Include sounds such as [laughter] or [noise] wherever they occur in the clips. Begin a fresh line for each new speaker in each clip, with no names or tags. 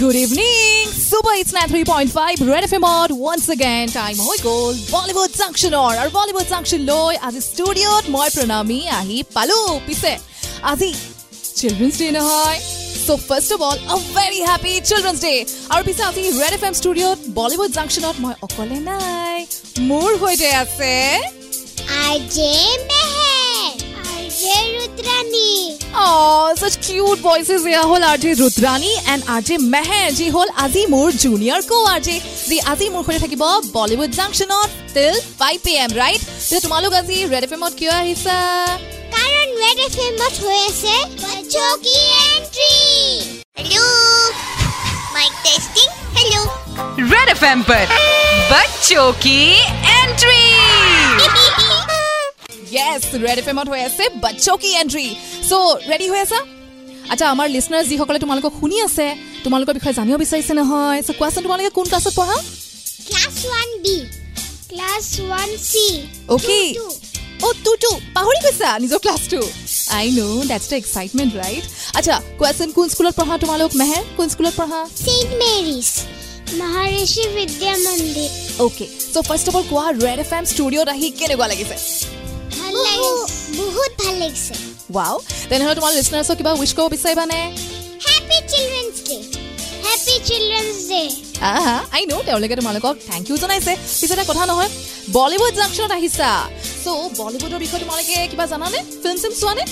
Good evening सुबह it's 93.5 red FM और once again time হৈ গ'ল বলিউড জাংচনৰ আৰু বলিউড জাংচন লৈ আজি ষ্টুডিঅ'ত মই প্ৰণামী আহি পালো পিছে আজি চিলড্ৰেনছ ডে নহয় so' first of all a very happy children's day আৰু পিছে আজি ৰেড এফ এম ষ্টুডিঅ'ত বলিউড জাংচনত মই অকলে নাই মোৰ সৈতে আছে
RJ Meher RJ Rudrani
Oh, such cute voices. এয়া হ'ল R J Rudrani and R J Meher যি হ'ল আজি মোৰ জুনিয়ৰ কো আৰ জে যি আজি মোৰ সৈতে থাকিব বলিউড জাংচনত till five P M right যে তোমালোক আজি ৰেড এফ এমত কিয় আহিছা
कारण रेड एफएम पर हुए से बच्चों की entry hello mic testing [laughs] hello
red F पर बच्चों की एंट्री
য়েছ ৰেড এফ এমত হৈ আছে বাচ্চ কি এণ্ট্ৰি চ' ৰেডি হৈ আছা আচ্ছা আমাৰ লিচনাৰ যিসকলে তোমালোকক শুনি আছে তোমালোকৰ বিষয়ে জানিব বিচাৰিছে নহয় চ' কোৱাচোন তোমালোকে কোন ক্লাছত পঢ়া
class 1B class 1C
Okay. Oh,
two, two.
অ' টু টু পাহৰি গৈছা নিজৰ ক্লাছটো I know' that's the excitement right আচ্ছা কোৱাচোন কোন স্কুলত পঢ়া তোমালোক মেহে কোন স্কুলত পঢ়া
Saint marriage Maharshi Vidya Mandir
okay so' first of all কোৱা ৰেড এফ এম ষ্টুডিঅ'ত আহি কেনেকুৱা লাগিছে
बहुत ভাল লাগিছে
ৱাও তেনেহ'লে তোমাৰ লিচনাৰ্ছক কিবা উইছ কৰিব বিচাৰিবানে
happy children's day happy children's day
আহা আই ন' তেওঁলোকে তোমালোকক থেংক ইউ জনাইছে পিছে এটা কথা নহয় বলিউড জাংচনত আহিছা চ' বলিউডৰ বিষয়ে তোমালোকে কিবা জানানে ফিল্ম চিল্ম চোৱানে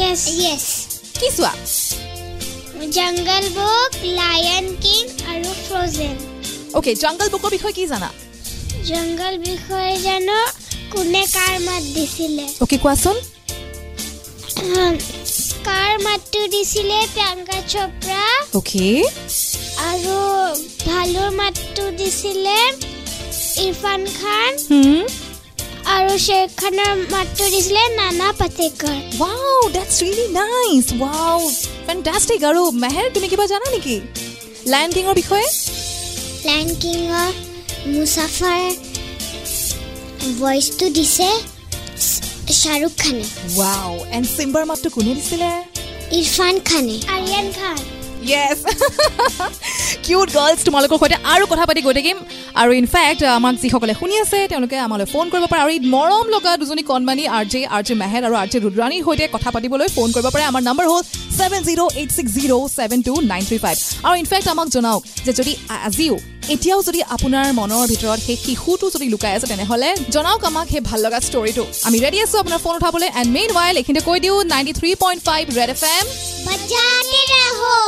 यस यस
কি চোৱা
জংগল বুক লায়ন কিং আৰু ফ্ৰ'জেন
অ'কে জংগল বুকৰ বিষয়ে কি জানা
জংগল বিষয়ে জানো কোনে কাৰ মাত দিছিলে
অ'কে কোৱাচোন
আহম, কাৰ মাতটো দিছিলে প্ৰিয়ংকা চোপ্ৰা
অ'কে
আৰু ভালুৰ মাতটো দিছিলে ইৰফান খান
Hmm.
আৰু শ্বেৰ খানৰ মাতটো দিছিলে Nana Patekar
wow that's really nice wow fantastic আৰু মেহেৰ তুমি কিবা জানা নেকি লায়ন কিঙৰ বিষয়ে
লায়ন কিঙৰ মুছাফাৰ ভইচটো দিছে শ্বাহৰুখ খানে
ৱাও এণ্ড চিম্বাৰ মাতটো কোনে দিছিলে
ইৰফান খানে আৰিয়ান খান
[laughs] য়েছ কিউট গাৰ্লছ তোমালোকৰ সৈতে আৰু কথা পাতি গৈ থাকিম আৰু ইনফেক্ট আমাক যিসকলে শুনি আছে তেওঁলোকে আমালৈ ফোন কৰিব পাৰে আৰু এই মৰম লগা দুজনী কণমানি R J R J Meher আৰু আৰ জে ৰুদ্ৰাণীৰ সৈতে কথা পাতিবলৈ ফোন কৰিব পাৰে আমাৰ নাম্বাৰ হ'ল seven zero' eight six zero' seven two nine three five আৰু ইনফেক্ট আমাক জনাওক যে যদি আজিও এতিয়াও যদি আপোনাৰ মনৰ ভিতৰত সেই শিশুটো যদি লুকাই আছে তেনেহ'লে জনাওক আমাক সেই ভাল লগা ষ্টৰিটো আমি ৰেডি আছোঁ আপোনাৰ ফোন উঠাবলৈ এণ্ড মেইন ৱাইল এইখিনিতে কৈ দিওঁ ninety three point five red F M
बजाते रहो